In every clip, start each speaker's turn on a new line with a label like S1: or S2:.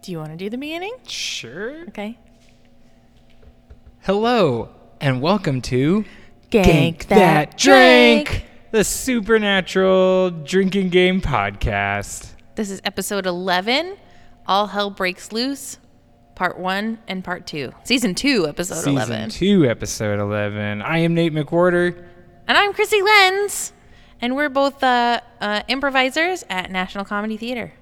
S1: Do you want to do the beginning?
S2: Sure.
S1: Okay.
S2: Hello, and welcome to
S1: Gank That Drink.
S2: the supernatural drinking game podcast.
S1: This is episode 11 All Hell Breaks Loose, part one and part two. Season two, episode
S2: Season
S1: 11.
S2: 2, episode 11. I am Nate McWhorter.
S1: And I'm Chrissy Lenz, and we're both uh, uh, improvisers at National Comedy Theater.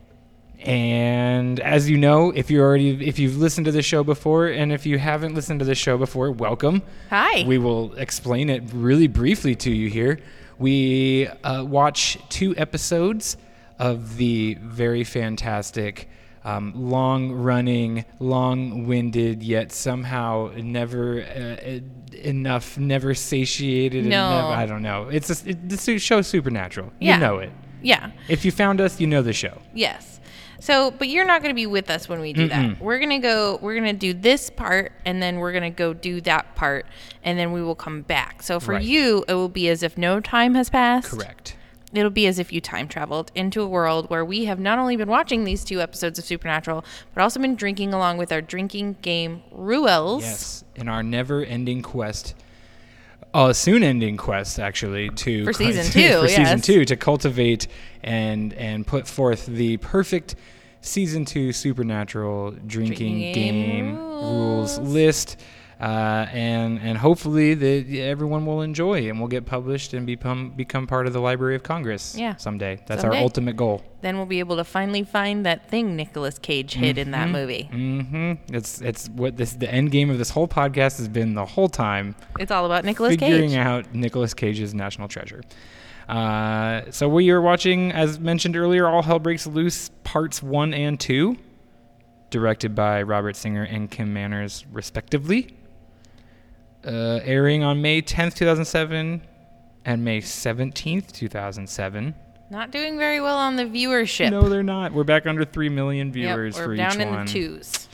S2: And as you know, if you already if you've listened to the show before and if you haven't listened to the show before, welcome.
S1: Hi.
S2: We will explain it really briefly to you here. We uh, watch two episodes of the very fantastic, um, long running, long winded, yet somehow never uh, enough, never satiated.
S1: No.
S2: enough- I don't know. It's a, it, the su- show Supernatural.
S1: Yeah.
S2: You know it.
S1: yeah.
S2: If you found us, you know the show.
S1: Yes. So, but you're not going to be with us when we do that. We're going to go, we're going to do this part, and then we're going to go do that part, and then we will come back. So, for
S2: Right.
S1: you, it will be as if no time has passed.
S2: Correct.
S1: It'll be as if you time traveled into a world where we have not only been watching these two episodes of Supernatural, but also been drinking along with our drinking game Ruels.
S2: Yes, in our never-ending quest, uh, soon-ending quest, actually, to
S1: For
S2: cu-
S1: season two,
S2: for season
S1: yes.
S2: two, to cultivate and and put forth the perfect season two supernatural drinking,
S1: Drinking
S2: game
S1: game rules.
S2: rules, list. Uh, and and hopefully that everyone will enjoy and will get published and become become part of the Library of Congress.
S1: Yeah.
S2: someday. That's our
S1: Someday.
S2: ultimate goal.
S1: Then we'll be able to finally find that thing Nicolas Cage hid in
S2: Mm-hmm.
S1: that movie.
S2: hmm It's it's what this the end game of this whole podcast has been the whole time.
S1: It's all about Nicolas
S2: figuring
S1: Cage.
S2: out Nicolas Cage's national treasure. Uh, so we are watching, as mentioned earlier, All Hell Breaks Loose, parts one and two, directed by Robert Singer and Kim Manners, respectively. Uh, airing on May 10th, 2007, and May 17th, 2007.
S1: Not doing very well on the viewership.
S2: No, they're not. We're back under 3 million
S1: Yep,
S2: viewers
S1: we're
S2: for
S1: down
S2: each
S1: in
S2: one.
S1: the twos.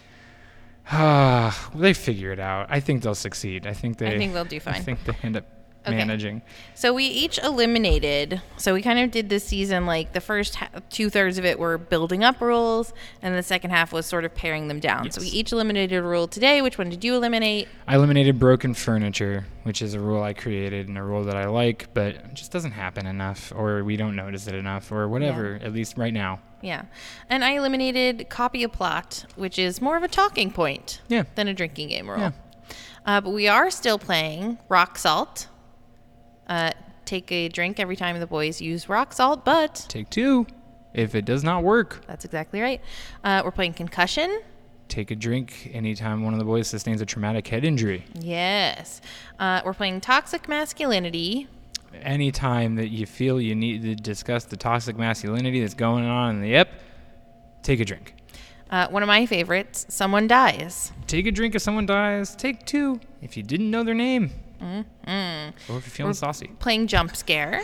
S2: Ah, they figure it out. I think they'll succeed. I think they.
S1: think they'll do
S2: I
S1: fine.
S2: think they end up
S1: Okay.
S2: managing.
S1: So we each eliminated. So we kind of did this season like the first ha- two thirds of it were building up rules, and the second half was sort of paring them down. So we
S2: Yes.
S1: each eliminated a rule today. Which one did you eliminate?
S2: I eliminated broken furniture, which is a rule I created and a rule that I like, but it just doesn't happen enough, or we don't notice it enough, or whatever, at least right now.
S1: Yeah, and I eliminated copy a plot, which is more of a talking point
S2: Yeah.
S1: than a drinking game rule.
S2: Yeah.
S1: Uh, but we are still playing rock salt. Uh, take a drink every time the boys use rock salt, but
S2: Take two. If it does not work,
S1: That's exactly right. Uh, we're playing concussion.
S2: take a drink anytime one of the boys sustains a traumatic head injury.
S1: Yes. Uh, we're playing toxic masculinity.
S2: Anytime that you feel you need to discuss the toxic masculinity that's going on in the ep, take a drink.
S1: Uh, one of my favorites, someone dies.
S2: Take a drink if someone dies. Take two if you didn't know their name. Or if you're feeling saucy.
S1: Playing jump scare.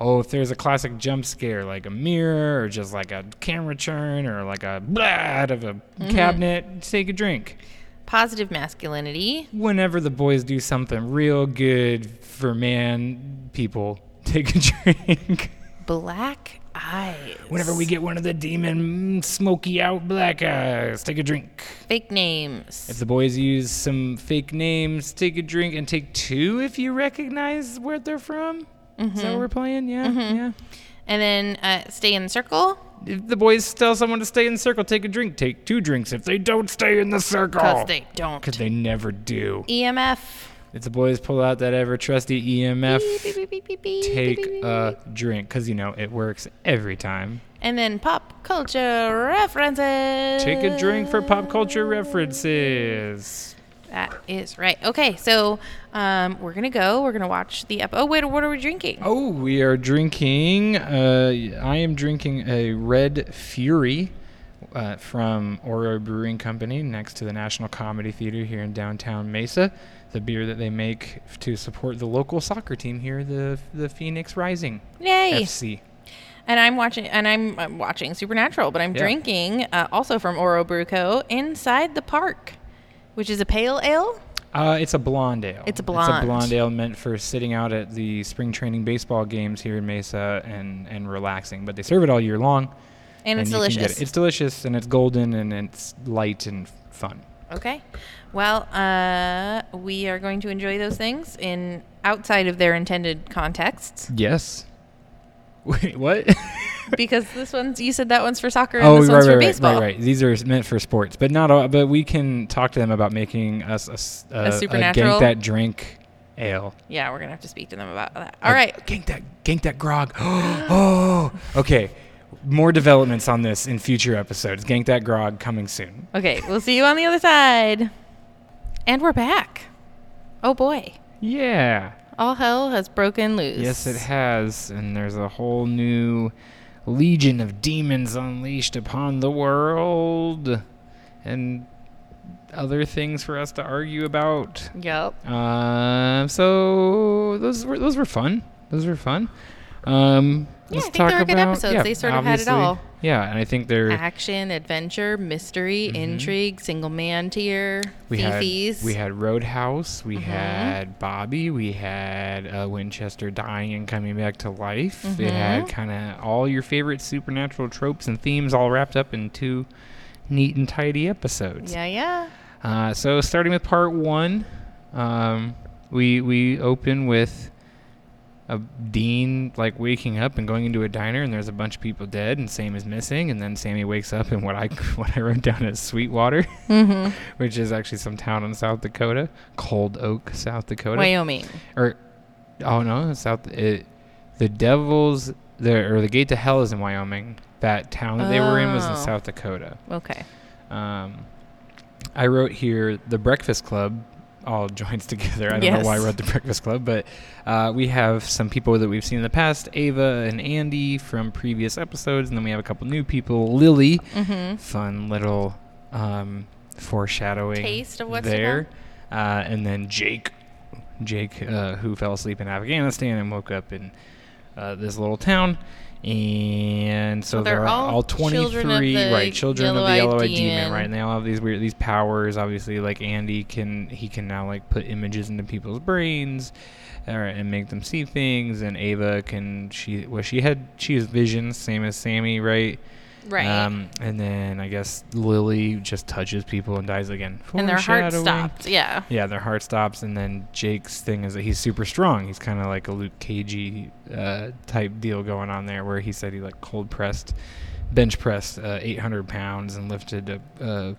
S2: oh, if there's a classic jump scare, like a mirror or just like a camera churn or like a blah out of a cabinet, take a drink.
S1: Positive masculinity.
S2: Whenever the boys do something real good for man people, take a drink.
S1: Black eyes.
S2: Whenever we get one of the demon mm, smoky out black eyes, take a drink.
S1: Fake names.
S2: If the boys use some fake names, take a drink and take two if you recognize where they're from. Is that what we're playing? Yeah, yeah.
S1: And then uh, stay in the circle.
S2: If the boys tell someone to stay in the circle, take a drink, take two drinks. If they don't stay in the circle,
S1: Because they don't. E
S2: 'Cause they never do.
S1: EMF.
S2: If the boys pull out that ever trusty EMF,
S1: Beep, beep, beep, beep, beep, beep,
S2: take
S1: beep, beep,
S2: a
S1: beep.
S2: drink, cause you know it works every time.
S1: And then pop culture references.
S2: Take a drink for pop culture references.
S1: That is right. Okay, so um, we're gonna go. We're gonna watch the ep. Oh wait, what are we drinking?
S2: Oh, we are drinking. Uh, I am drinking a Red Fury uh, from Oro Brewing Company next to the National Comedy Theater here in downtown Mesa. The beer that they make f- to support the local soccer team here, the the Phoenix Rising
S1: Yay!
S2: FC.
S1: And I'm watching. And I'm, I'm watching Supernatural, but I'm
S2: Yeah.
S1: drinking uh, also from Oro Brew Co. Inside the Park, which is a pale ale.
S2: Uh, it's a blonde ale.
S1: It's a
S2: It's a
S1: blonde.
S2: blonde ale meant for sitting out at the spring training baseball games here in Mesa and, and relaxing. But they serve it all year long.
S1: And it's
S2: you can get
S1: delicious.
S2: it. It's delicious and it's golden and it's light and fun.
S1: Okay. Well, uh, we are going to enjoy those things in outside of their intended contexts
S2: Yes. Wait, what?
S1: because this one's you said that one's for soccer and
S2: oh,
S1: this
S2: right,
S1: one's
S2: right,
S1: for
S2: right,
S1: baseball.
S2: right, right. These are meant for sports, but not all. But we can talk to them about making us a, s- a,
S1: supernatural?
S2: gank that drink ale.
S1: Yeah, we're gonna have to speak to them about that. All right.
S2: gank that, gank that grog. oh, okay. More developments on this in future episodes. Gank that grog coming soon.
S1: Okay, we'll see you on the other side. And we're back. Oh boy.
S2: Yeah.
S1: All hell has broken loose.
S2: Yes, it has. And there's a whole new legion of demons unleashed upon the world and other things for us to argue about.
S1: Yep.
S2: Um, so those were those were fun. Those were fun. Um,
S1: Yeah,
S2: let's
S1: I think
S2: talk
S1: they were
S2: about
S1: good episodes. They sort of had it
S2: obviously.
S1: all.
S2: Yeah, and I think they're
S1: Action, adventure, mystery, intrigue, single man tier,
S2: Mm-hmm. we
S1: thiefies.
S2: had we had Roadhouse, we had Bobby, we had uh, Winchester dying and coming back to life. It had kind of all your favorite supernatural tropes and themes all wrapped up in two neat and tidy episodes.
S1: yeah, yeah.
S2: Uh, so starting with part one, um, we we open with a dean like waking up and going into a diner, and there's a bunch of people dead, and Sam is missing, and then Sammy wakes up in what I what I wrote down as Sweetwater, which is actually some town in South Dakota, Cold Oak, South Dakota,
S1: Wyoming.
S2: or oh no, it's South it, the Devil's the or the Gate to Hell is in Wyoming. That town that they were in was in
S1: Oh.
S2: South Dakota.
S1: Okay.
S2: Um, I wrote here the Breakfast Club all joins together. I don't know why I
S1: Yes.
S2: wrote the Breakfast Club, but uh, we have some people that we've seen in the past Ava and Andy from previous episodes, and then we have a couple new people. Lily,
S1: Mm-hmm.
S2: fun little um, foreshadowing
S1: Taste of what's to
S2: there. Uh, and then Jake, Jake, uh, who fell asleep in Afghanistan and woke up in uh, this little town. And so
S1: So they're
S2: there are
S1: all
S2: all,
S1: children of
S2: 23
S1: the
S2: right children of the
S1: yellow-eyed
S2: yellow-eyed demon.
S1: demon.
S2: right and they all have these weird these powers obviously like Andy can he can now like put images into people's brains uh, and make them see things and Ava can she well she had she has visions same as Sammy right
S1: Right.
S2: um, and then I guess Lily just touches people and dies again.
S1: and their heart
S2: Foreshadowing.
S1: stopped. Yeah.
S2: Yeah, their heart stops, and then Jake's thing is that he's super strong. He's kind of like a Luke Cagey uh, type deal going on there, where he said he like cold pressed, bench pressed uh, 800 pounds and lifted a, a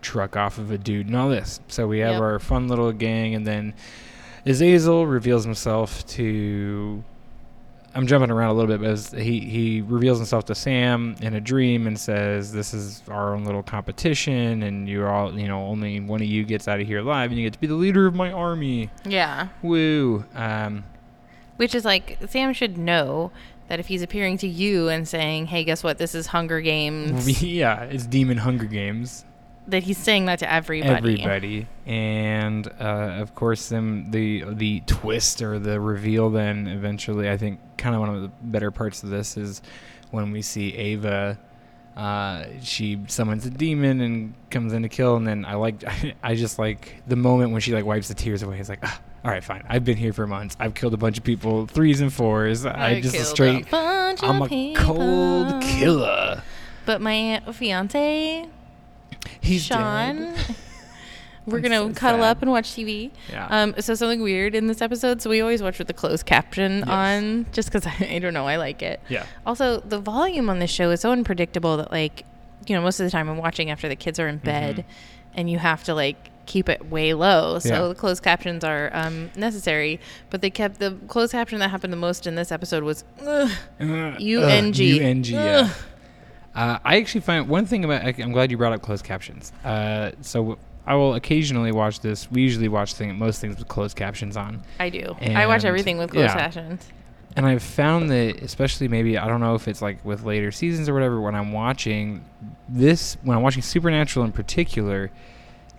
S2: truck off of a dude and all this. So we have
S1: Yep.
S2: our fun little gang, and then Azazel reveals himself to I'm jumping around a little bit, but it's- he he reveals himself to Sam in a dream and says, "This is our own little competition, and you're all you know. Only one of you gets out of here alive, and you get to be the leader of my army."
S1: Yeah.
S2: Woo! Um,
S1: Which is like Sam should know that if he's appearing to you and saying, "Hey, guess what? This is Hunger Games,"
S2: yeah, it's Demon Hunger Games.
S1: that he's saying that to everybody.
S2: Everybody, and uh, of course, them the the twist or the reveal. Then eventually, I think kind of one of the better parts of this is when we see Ava. Uh, she summons a demon and comes in to kill, and then I like I just like the moment when she like wipes the tears away. It's like, "Ah, all right, fine. I've been here for months. I've killed a bunch of people, threes and fours. I, just a
S1: killed
S2: straight.
S1: bunch
S2: I'm
S1: of
S2: a cold
S1: people,
S2: killer.
S1: But my fiance,
S2: He's
S1: Sean,
S2: dead.
S1: we're
S2: I'm
S1: gonna
S2: so
S1: cuddle
S2: sad.
S1: up and watch TV.
S2: Yeah.
S1: Um, so something weird in this episode. So we always watch with the closed caption on, just because I, I don't know, I like it.
S2: Yeah.
S1: Also, the volume on this show is so unpredictable that, like, you know, most of the time I'm watching after the kids are
S2: Mm-hmm.
S1: in bed, and you have to like keep it way low. So
S2: Yeah.
S1: the closed captions are um, necessary. But they kept the closed caption that happened the most in this episode was "Ugh."
S2: Ugh,
S1: UNG.
S2: UNG, yeah.
S1: Ugh.
S2: Uh, I actually find one thing about. I- I'm glad you brought up closed captions. Uh, so I will occasionally watch this. We usually watch thing, most things with closed captions on.
S1: I do. I watch
S2: And-
S1: everything with closed
S2: yeah.
S1: captions.
S2: And I've found that, especially maybe, I don't know if it's like with later seasons or whatever, when I'm watching this, when I'm watching Supernatural in particular,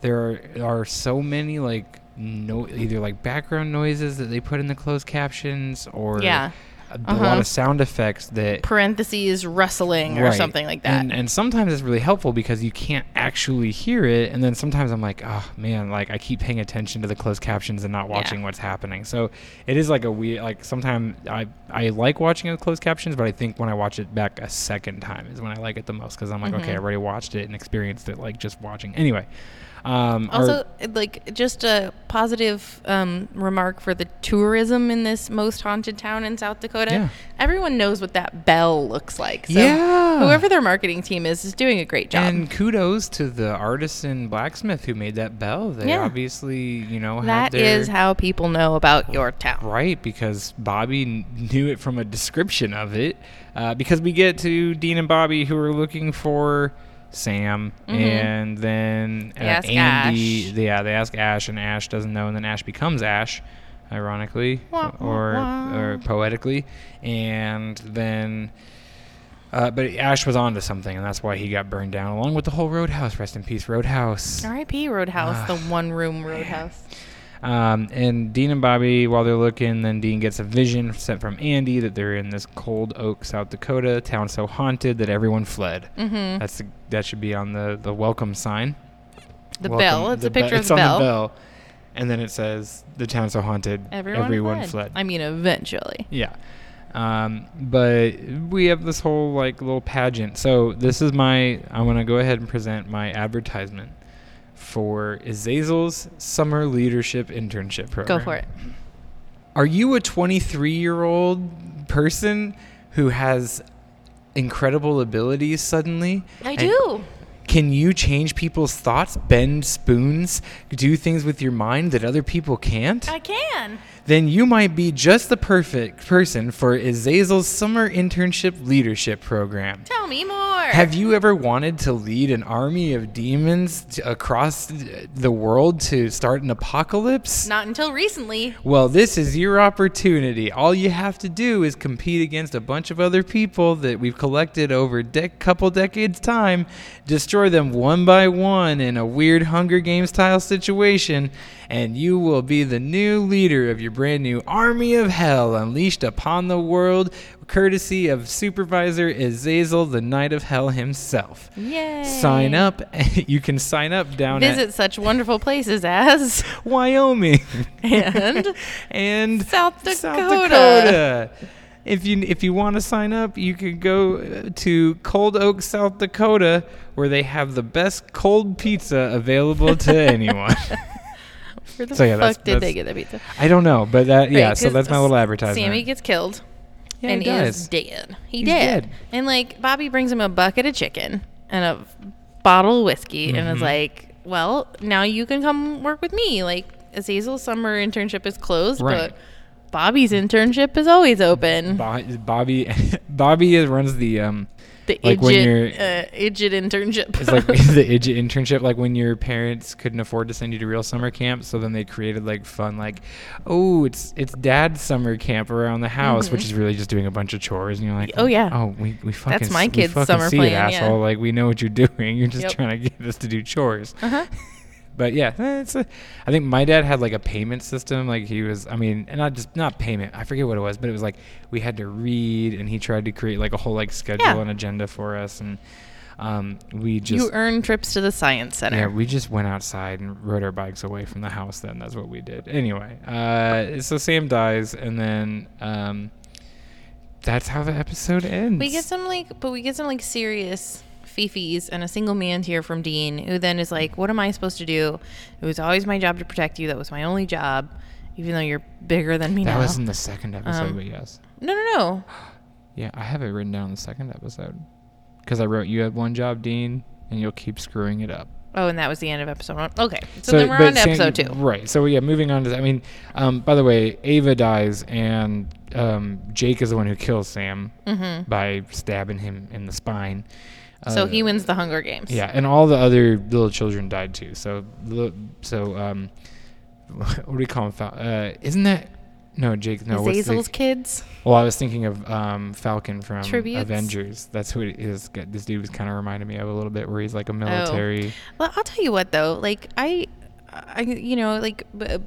S2: there are, are so many like no either like background noises that they put in the closed captions or
S1: Yeah.
S2: a lot of sound effects that
S1: parentheses wrestling or
S2: Right.
S1: something like that.
S2: And, and sometimes it's really helpful because you can't actually hear it. And then sometimes I'm like, oh man, like I keep paying attention to the closed captions and not watching what's happening. So it is like a weird, like sometimes I, I like watching it with closed captions, but I think when I watch it back a second time is when I like it the most because I'm like,
S1: Mm-hmm.
S2: okay, I already watched it and experienced it like just watching. Anyway. Um, our-
S1: also, like just a positive um, remark for the tourism in this most haunted town in South Dakota.
S2: Yeah.
S1: Everyone knows what that bell looks like. So
S2: Yeah.
S1: whoever their marketing team is is doing a great job.
S2: and kudos to the artisan blacksmith who made that bell. They
S1: Yeah.
S2: obviously, you know, had
S1: that
S2: their,
S1: is how people know about your town.
S2: Right, because Bobby kn- knew it from a description of it. Uh, because we get to Dean and Bobby, who are looking for Sam, and then uh,
S1: Mm-hmm. They ask
S2: Andy.
S1: Ash.
S2: Yeah, they ask Ash, and Ash doesn't know, and then Ash becomes Ash, ironically
S1: Wah, wah,
S2: or
S1: wah.
S2: or poetically, and then. Uh, but Ash was onto something, and that's why he got burned down, along with the whole Roadhouse. Rest in peace, Roadhouse.
S1: R.I.P. Roadhouse,
S2: Ah.
S1: the one room Roadhouse.
S2: Um, and Dean and Bobby, while they're looking, then Dean gets a vision sent from Andy that they're in this cold oak, South Dakota town so haunted that everyone fled. Mm-hmm. That's the, that should be on the, the welcome sign.
S1: The
S2: Welcome-
S1: bell. It's a
S2: be-
S1: picture of
S2: it's
S1: the
S2: on
S1: bell.
S2: And then it says the town so haunted
S1: Everyone, fled.
S2: fled.
S1: I mean, eventually.
S2: Yeah. Um, but we have this whole like little pageant. So this is my I want to go ahead and present my advertisement for Azazel's summer leadership internship program.
S1: Go for it.
S2: Are you a 23-year-old person who has incredible abilities suddenly?
S1: I
S2: And-
S1: do.
S2: can you change people's thoughts, bend spoons, do things with your mind that other people can't?
S1: I can.
S2: then you might be just the perfect person for Azazel's summer internship leadership program.
S1: Tell me more.
S2: Have you ever wanted to lead an army of demons to, across the world to start an apocalypse?
S1: Not until recently.
S2: Well, this is your opportunity. All you have to do is compete against a bunch of other people that we've collected over de- couple decades time, destroy them one by one in a weird Hunger Games style situation, and you will be the new leader of your brand new army of hell unleashed upon the world, courtesy of supervisor Azazel, the Knight of Hell himself.
S1: Yay.
S2: Sign up. you can sign up down
S1: Visit such wonderful places as
S2: at Wyoming.
S1: and
S2: and
S1: South Dakota.
S2: Dakota. Uh, If you if you want to sign up, you could go uh, to Cold Oak, South Dakota, where they have the best cold pizza available to anyone.
S1: where the
S2: So, yeah, that's-
S1: fuck did
S2: that's-
S1: they get the pizza?
S2: I don't know, but that yeah.
S1: Right,
S2: So
S1: 'cause
S2: that's my little advertisement.
S1: Sammy gets killed
S2: Yeah, he
S1: and
S2: does.
S1: is dead. He
S2: He's
S1: dead.
S2: dead.
S1: And like Bobby brings him a bucket of chicken and a bottle of whiskey
S2: Mm-hmm.
S1: and is like, "Well, now you can come work with me." Like Azazel's summer internship is closed,
S2: Right.
S1: but Bobby's internship is always open.
S2: Bo- Bobby Bobby is- runs the um
S1: the
S2: like
S1: idiot,
S2: when you're-
S1: uh, idiot internship.
S2: it's like the idiot internship like when your parents couldn't afford to send you to real summer camp so then they created like fun like oh it's it's dad's summer camp around the house which is really just doing a bunch of chores and you're like
S1: Mm-hmm. Oh, yeah.
S2: oh we, we fucking
S1: my
S2: s- we
S1: kid's
S2: fucking
S1: summer
S2: see it,
S1: plan, yeah.
S2: asshole like we know what you're doing you're just
S1: Yep. Uh-huh.
S2: trying to get us to do chores but yeah eh, it's a, i think my dad had like a payment system like he was i mean and not just not payment i forget what it was but it was like we had to read and he tried to create like a whole like schedule
S1: Yeah.
S2: and agenda for us and um, we just
S1: you earn trips to the science center.
S2: yeah, we just went outside and rode our bikes away from the house. Then that's what we did. Anyway, uh, so Sam dies, and then um, that's how the episode ends.
S1: We get some like, but we get some like serious fifis and a single man tear from Dean, who then is like, "What am I supposed to do? It was always my job to protect you. That was my only job, even though you're bigger than me
S2: that
S1: now."
S2: was in the second episode,
S1: Um,
S2: but yes,
S1: no, no, no.
S2: yeah, I have it written down in the second episode because I wrote you have one job, Dean, and you'll keep screwing it up.
S1: Oh, and that was the end of episode one. Okay, so, then we're
S2: but
S1: on to
S2: Sam-
S1: episode two.
S2: Right. So yeah, moving on to that. I mean, um, by the way, Ava dies and um, Jake is the one who kills Sam by stabbing him in the spine.
S1: Mm-hmm. so
S2: Uh,
S1: he wins the Hunger Games.
S2: Yeah, and all the other little children died too. So, li- so um, what do we call them? Fal- uh, isn't that no Jake? No, what's
S1: Azazel's
S2: the,
S1: kids.
S2: well, I was thinking of um, Falcon from
S1: Tributes?
S2: Avengers. That's who it is. G- This dude was kind of reminded me of a little bit, where he's like a
S1: Oh.
S2: military.
S1: Well, I'll tell you what though, like I, I you know, like b-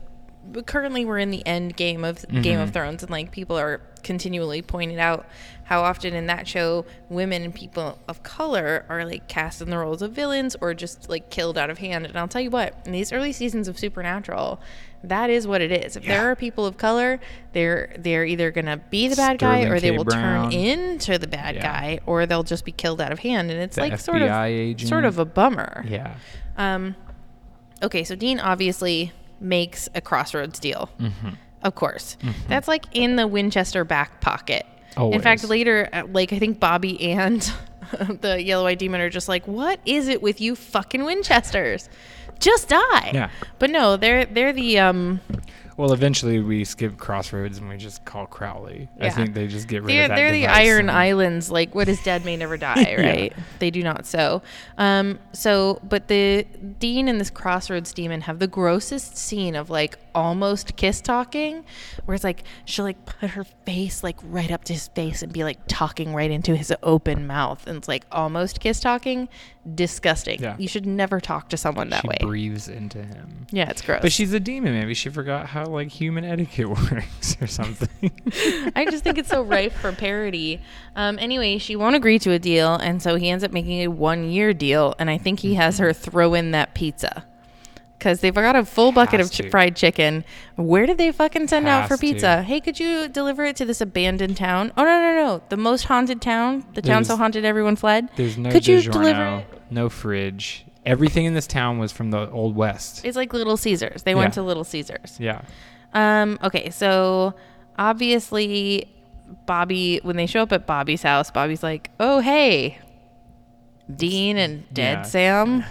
S1: but currently we're in the end game of
S2: Mm-hmm.
S1: Game of Thrones, and like people are continually pointing out how often in that show women and people of color are like cast in the roles of villains or just like killed out of hand. And I'll tell you what, in these early seasons of Supernatural, that is what it is. If
S2: Yeah.
S1: there are people of color, they're they're either gonna be the bad
S2: Sterling
S1: guy or they
S2: K.
S1: will
S2: Brown.
S1: turn into the bad
S2: Yeah.
S1: guy or they'll just be killed out of hand. And it's
S2: The
S1: like sort of
S2: FBI agent.
S1: sort of a bummer.
S2: Yeah.
S1: Um, okay, so Dean obviously makes a Crossroads deal.
S2: Mm-hmm.
S1: Of course. That's like in the Winchester back pocket. In fact,
S2: Always.
S1: later, uh, like, I think Bobby and the Yellow Eyed Demon are just like, what is it with you fucking Winchesters? Just die.
S2: Yeah.
S1: But no, they're they're the um
S2: Well, eventually we skip Crossroads and we just call Crowley. I
S1: Yeah.
S2: think they just get rid
S1: they're
S2: of that.
S1: they're the
S2: device
S1: Iron
S2: and-
S1: Islands. Like what is dead may never die,
S2: Yeah.
S1: right? They do not so. Um, so, but the Dean and this Crossroads demon have the grossest scene of like almost kiss talking, where it's like she'll like put her face like right up to his face and be like talking right into his open mouth, and it's like almost kiss talking. Disgusting.
S2: Yeah.
S1: You should never talk to someone that
S2: she
S1: way.
S2: breathes into him.
S1: Yeah, it's gross.
S2: But she's a demon. Maybe she forgot how like human etiquette works or something.
S1: I just think it's so rife for parody. Um, anyway, she won't agree to a deal, and so he ends up making a one year deal. And I think he has her throw in that pizza because they've got a full bucket
S2: Mm-hmm. Has
S1: of chi-
S2: to.
S1: fried chicken. Where did they fucking send out for
S2: Has to.
S1: pizza? Hey, could you deliver it to this abandoned town? Oh no, no, no! The most haunted town. The town so
S2: There's-
S1: haunted everyone fled.
S2: There's no
S1: Could you
S2: DiGiorno,
S1: deliver it?
S2: no fridge. Everything in this town was from the old west.
S1: It's like Little Caesars. They went
S2: Yeah.
S1: to Little Caesars.
S2: yeah.
S1: Um, okay, so obviously Bobby when they show up at Bobby's house, Bobby's like, Oh hey, Dean and Dead
S2: Yeah. Mm-hmm.
S1: Sam.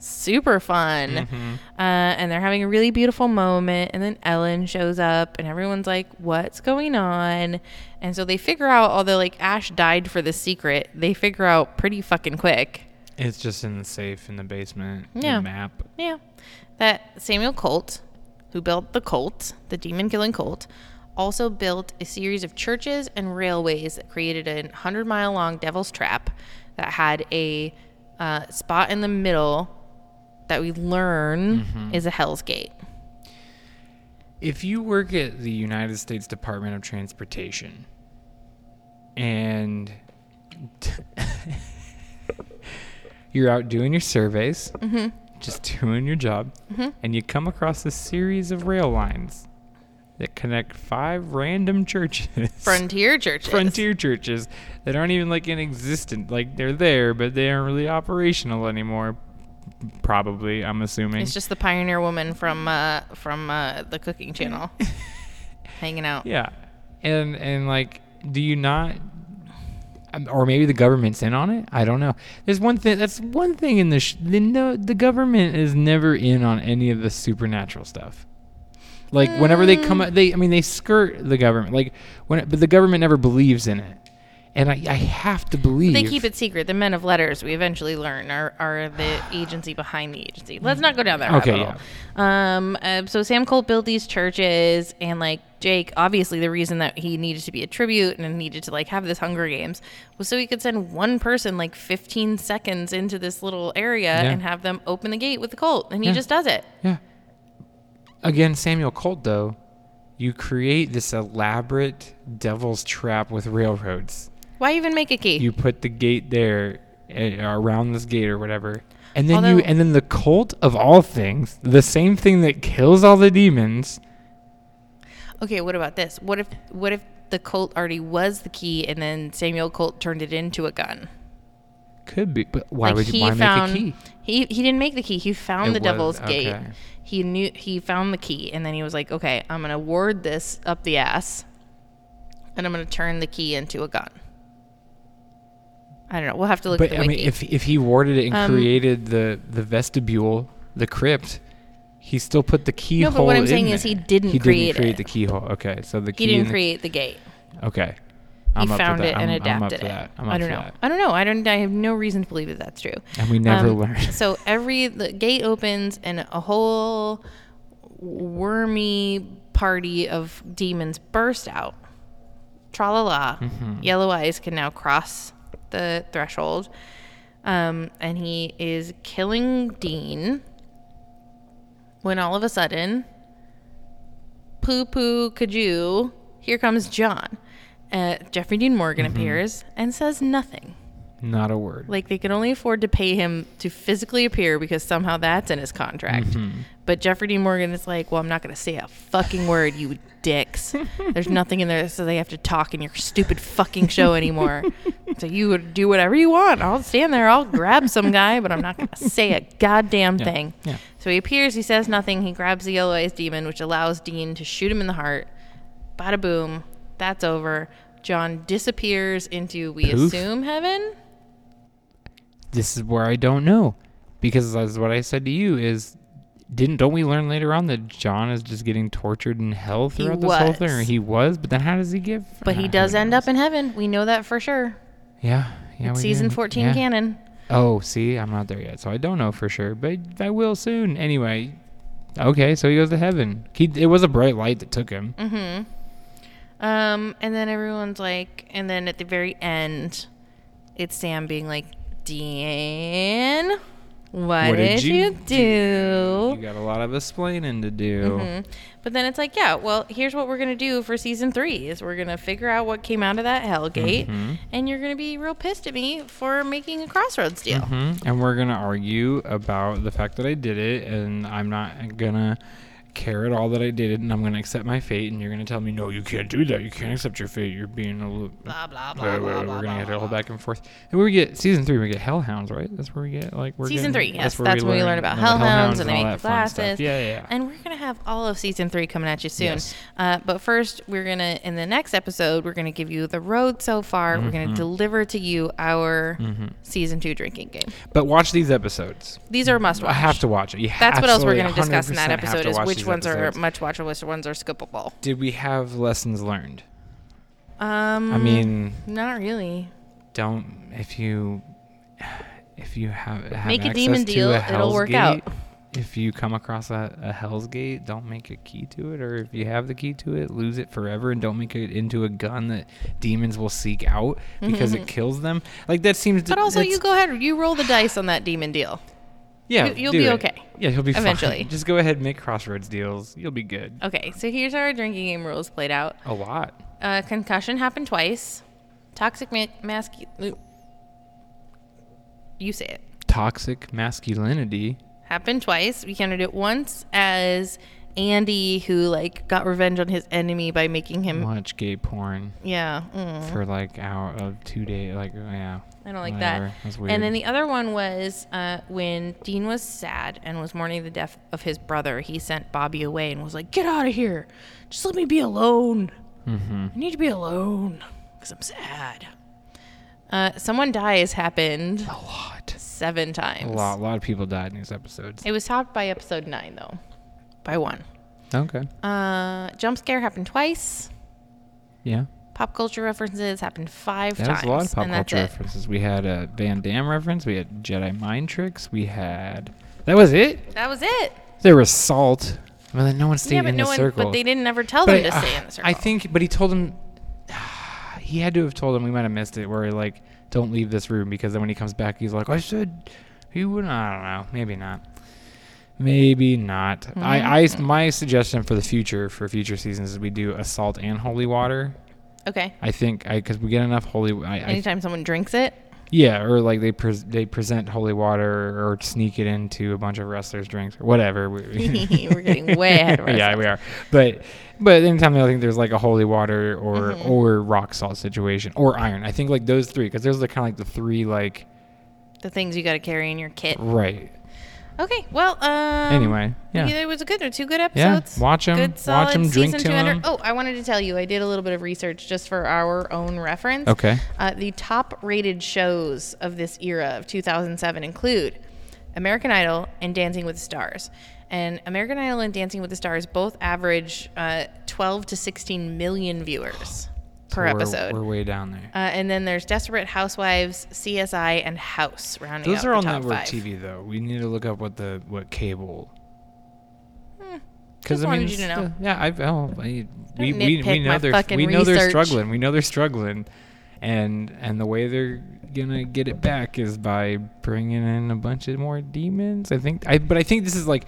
S1: Super fun. Uh, and they're having a really beautiful moment. And then Ellen shows up, and everyone's like, What's going on? And so they figure out, although like Ash died for the secret, they figure out pretty fucking quick.
S2: It's just in the safe in the basement.
S1: Yeah.
S2: The map.
S1: Yeah. That Samuel Colt, who built the Colt, the demon killing Colt, also built a series of churches and railways that created a 100 mile long devil's trap that had a uh, spot in the middle that we learn is a Hell's Gate.
S2: If you work at the United States Department of Transportation and you're out doing your surveys,
S1: Mm-hmm.
S2: just doing your job, and you come across a series of rail lines that connect five random churches.
S1: Frontier churches.
S2: frontier churches that aren't even like in existence. Like they're there, but they aren't really operational anymore. Probably, I'm assuming.
S1: It's just the pioneer woman from uh, from uh, the cooking channel hanging out.
S2: yeah, and and like, do you not? um, Or maybe the government's in on it. I don't know. There's one thing. That's one thing in the sh- the no. The government is never in on any of the supernatural stuff. Like whenever they come, up- they I mean they skirt the government. Like when, but the government never believes in it. And I, I have to believe
S1: They keep it secret. The men of letters, we eventually learn, are, are the agency behind the agency. Let's not go down that
S2: Okay,
S1: rabbit hole. Um, uh, so Sam Colt built these churches, and like Jake, obviously the reason that he needed to be a tribute and needed to like have this Hunger Games was so he could send one person like 15 seconds into this little area
S2: Yeah.
S1: and have them open the gate with the Colt, and he
S2: Yeah.
S1: just does it.
S2: Yeah. Again, Samuel Colt, though, you create this elaborate devil's trap with railroads.
S1: Why even make a key?
S2: You put the gate there, eh, around this gate or whatever. And then you,
S1: Although-
S2: and then the cult of all things, the same thing that kills all the demons.
S1: Okay, what about this? What if what if the Colt already was the key, and then Samuel Colt turned it into a gun?
S2: Could be, but why
S1: Like,
S2: would you? Why
S1: found,
S2: make a key?
S1: He he didn't make the key. He found
S2: It
S1: the
S2: was-
S1: devil's gate.
S2: okay.
S1: He knew he found the key, and then he was like, "Okay, I'm gonna ward this up the ass, and I'm gonna turn the key into a gun." I don't know. We'll have to look at
S2: But
S1: the
S2: I mean,
S1: wiki.
S2: if if he warded it and
S1: Um,
S2: created the the vestibule, the crypt, he still put the keyhole.
S1: No, but what I'm
S2: in
S1: saying
S2: there.
S1: is he didn't
S2: he
S1: create
S2: didn't create
S1: it.
S2: the keyhole. Okay, so the key
S1: he
S2: and
S1: didn't
S2: the-
S1: create the gate.
S2: Okay.
S1: He
S2: I'm up for
S1: found
S2: that.
S1: it and
S2: I'm- I'm up
S1: adapted
S2: for
S1: it.
S2: that. I'm
S1: I
S2: up
S1: don't
S2: for
S1: know.
S2: that.
S1: I don't know. I don't. I have no reason to believe that that's true.
S2: And we never
S1: Um,
S2: learn.
S1: so every the gate opens and a whole wormy party of demons burst out. Tra la la.
S2: Mm-hmm.
S1: Yellow eyes can now cross the threshold. Um, and he is killing Dean when all of a sudden poo poo kajoo, here comes John. Uh, Jeffrey Dean Morgan appears and says nothing.
S2: Not a word.
S1: Like they can only afford to pay him to physically appear because somehow that's in his contract.
S2: Mm-hmm. Hmm.
S1: But Jeffrey Dean Morgan is like, well, I'm not going to say a fucking word, you dicks. There's nothing in there that says they have to talk in your stupid fucking show anymore. so you would do whatever you want. I'll stand there, I'll grab some guy, but I'm not going to say a goddamn
S2: Yeah,
S1: thing.
S2: yeah.
S1: So he appears, he says nothing, he grabs the yellow eyes demon, which allows Dean to shoot him in the heart. Bada boom, that's over. John disappears into, we
S2: Poof.
S1: assume, heaven.
S2: this is where I don't know, because as what I said to you is, didn't don't we learn later on that John is just getting tortured in hell
S1: He
S2: throughout this whole thing? Or
S1: was.
S2: he was, but then how does he give?
S1: But he does end up in heaven. We know that for sure.
S2: Yeah, yeah. we
S1: Season
S2: did,
S1: 14
S2: yeah.
S1: canon.
S2: Oh, see, I'm not there yet, so I don't know for sure, but I will soon. Anyway, okay, so he goes to heaven. He it was a bright light that took him.
S1: Mm-hmm. Um, and then everyone's like, and then at the very end, it's Sam being like, Dean, what, did, you do? Mm-hmm.
S2: You got a lot of explaining to do.
S1: But then it's like, yeah, well, here's what we're gonna do for season three is we're gonna figure out what came out of that Hellgate,
S2: Mm-hmm.
S1: and you're gonna be real pissed at me for making a Crossroads deal.
S2: hmm And we're going to argue about the fact that I did it, and I'm not going to care at all that I did it, and I'm going to accept my fate, and you're going to tell me, no, you can't do that. You can't accept your fate. You're being a little.
S1: Blah blah blah.
S2: Wait, wait,
S1: blah,
S2: wait,
S1: blah,
S2: we're
S1: blah,
S2: gonna get
S1: blah,
S2: all
S1: blah.
S2: back and forth, and we get season three. We get hellhounds, right? That's where we get like we're
S1: Season
S2: getting-
S1: three, yes,
S2: where
S1: that's when we learn about hellhounds and they
S2: all
S1: make
S2: that fun stuff.
S1: glasses.
S2: Yeah, yeah, yeah.
S1: And we're going to have all of season three coming at you soon.
S2: Yes.
S1: Uh, but first, we're going to, in the next episode, we're going to give you the road so far. We're
S2: Mm-hmm.
S1: going to deliver to you our season two drinking game.
S2: But watch these episodes.
S1: These are must watch.
S2: I have to watch it. You
S1: That's what else we're going to
S2: absolutely
S1: discuss in that
S2: 100% have to
S1: episode is
S2: watch
S1: which
S2: these
S1: ones
S2: episodes.
S1: are much watchable, which ones are skippable.
S2: Did we have lessons learned?
S1: Um,
S2: I mean,
S1: not really.
S2: don't if you if you have, have
S1: Make a
S2: access
S1: demon
S2: to
S1: deal,
S2: a
S1: it'll
S2: Hell's
S1: work
S2: Gate,
S1: out.
S2: If you come across a, a Hell's Gate, don't make a key to it, or if you have the key to it, lose it forever, and don't make it into a gun that demons will seek out because it kills them. Like that seems.
S1: Mm-hmm. But also,
S2: that's-
S1: you go ahead, you roll the dice on that demon deal.
S2: Yeah,
S1: you- you'll
S2: do
S1: be
S2: it.
S1: okay
S2: Yeah, you'll be fine.
S1: eventually.
S2: Just go ahead, and make crossroads deals. You'll be good.
S1: Okay, so here's how our drinking game rules played out.
S2: A lot.
S1: Uh, concussion happened twice. Toxic ma- mask. You say it.
S2: Toxic masculinity.
S1: Happened twice. We counted it once as Andy, who like got revenge on his enemy by making him.
S2: Watch gay porn
S1: Yeah. mm,
S2: for like hour of two day. Like yeah.
S1: I don't like
S2: Whatever.
S1: that.
S2: That's weird.
S1: And then the other one was uh, when Dean was sad and was mourning the death of his brother. He sent Bobby away and was like, "Get out of here! Just let me be alone.
S2: Mm-hmm.
S1: I need to be alone because I'm sad." Uh, someone dies happened.
S2: a lot.
S1: seven
S2: A
S1: times.
S2: lot, a lot of people died in these episodes.
S1: It was topped by episode nine, though, by one.
S2: Okay.
S1: Uh, jump scare happened twice.
S2: Yeah.
S1: Pop culture references happened five
S2: That
S1: times.
S2: was a lot of pop
S1: and that's
S2: culture
S1: it.
S2: references. We had a Van Damme reference. We had Jedi mind tricks. We had. That was it.
S1: That was it.
S2: There was salt. Well, then no one stayed
S1: yeah, but
S2: in
S1: no
S2: the
S1: one.
S2: circle.
S1: But they didn't ever tell
S2: But
S1: them to
S2: I- uh,
S1: stay in the circle.
S2: I think, but he told him. He had to have told him. We might have missed it. Where he like, don't leave this room because then when he comes back, he's like, I said, he wouldn't. I don't know. Maybe not. Maybe not. I,
S1: Mm-hmm.
S2: I, my suggestion for the future, for future seasons, is we do assault and holy water.
S1: Okay.
S2: I think I because we get enough holy. I, I,
S1: Anytime someone drinks it,
S2: yeah, or like they pres they present holy water or sneak it into a bunch of wrestlers' drinks or whatever. We- we-
S1: We're getting way ahead of
S2: yeah, we are. But but anytime I think there's like a holy water or
S1: Mm-hmm.
S2: or rock salt situation or iron, I think like those three because those are kind of like the three like
S1: the things you got to carry in your kit.
S2: right.
S1: Okay. Well. Um,
S2: Anyway, yeah.
S1: Either it was a good or two good
S2: Yeah,
S1: episodes.
S2: watch 'em,
S1: Good,
S2: watch
S1: solid
S2: 'em, drink
S1: season
S2: to
S1: 200.
S2: 'em.
S1: Oh, I wanted to tell you, I did a little bit of research just for our own reference.
S2: Okay.
S1: Uh, the top rated shows of this era of 2007 include American Idol and Dancing with the Stars. And American Idol and Dancing with the Stars both average uh, 12 to 16 million viewers per
S2: We're-
S1: episode.
S2: We're, way down there.
S1: uh, and then there's Desperate Housewives, CSI, and House rounding
S2: those
S1: out
S2: are
S1: the
S2: all
S1: top
S2: network
S1: five.
S2: TV though. We need to look up what the what cable.
S1: just wanted you to
S2: it's
S1: know.
S2: the- yeah, I, oh, I we,
S1: Don't
S2: we, we
S1: nitpick my
S2: know they're
S1: fucking
S2: we know they're
S1: research.
S2: struggling. We know they're struggling, and and the way they're gonna get it back is by bringing in a bunch of more demons. I think I but I think this is like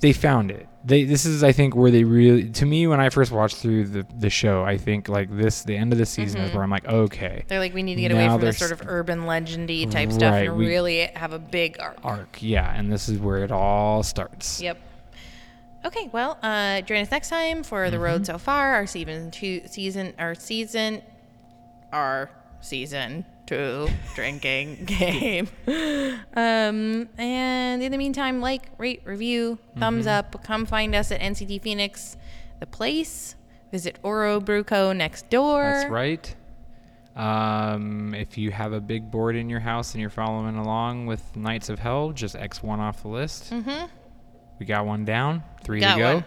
S2: they found it. They this is I think where they really to me when I first watched through the the show, I think like this the end of the season is where I'm like, okay.
S1: Mm-hmm. They're like, we need to get away
S2: Now
S1: from this
S2: there's-
S1: sort of urban legendy type stuff
S2: Right,
S1: and
S2: we-
S1: really have a big arc.
S2: Arc, yeah, and this is where it all starts.
S1: Yep. Okay, well, uh, join us next time for the
S2: Mm-hmm.
S1: road so far. Our season two season, our season, our season two drinking game. Um, and in the meantime, like, rate, review, thumbs
S2: Mm-hmm.
S1: up. Come find us at NCT Phoenix, the place. Visit Oro Bruco next door.
S2: That's right. Um, if you have a big board in your house and you're following along with Knights of Hell, just X one off the list. Mm-hmm. We got one down, three
S1: Got
S2: to go.
S1: one.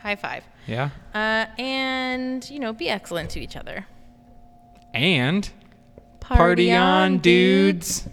S1: High five.
S2: Yeah.
S1: Uh, and you know, be excellent to each other.
S2: And party, on, dudes.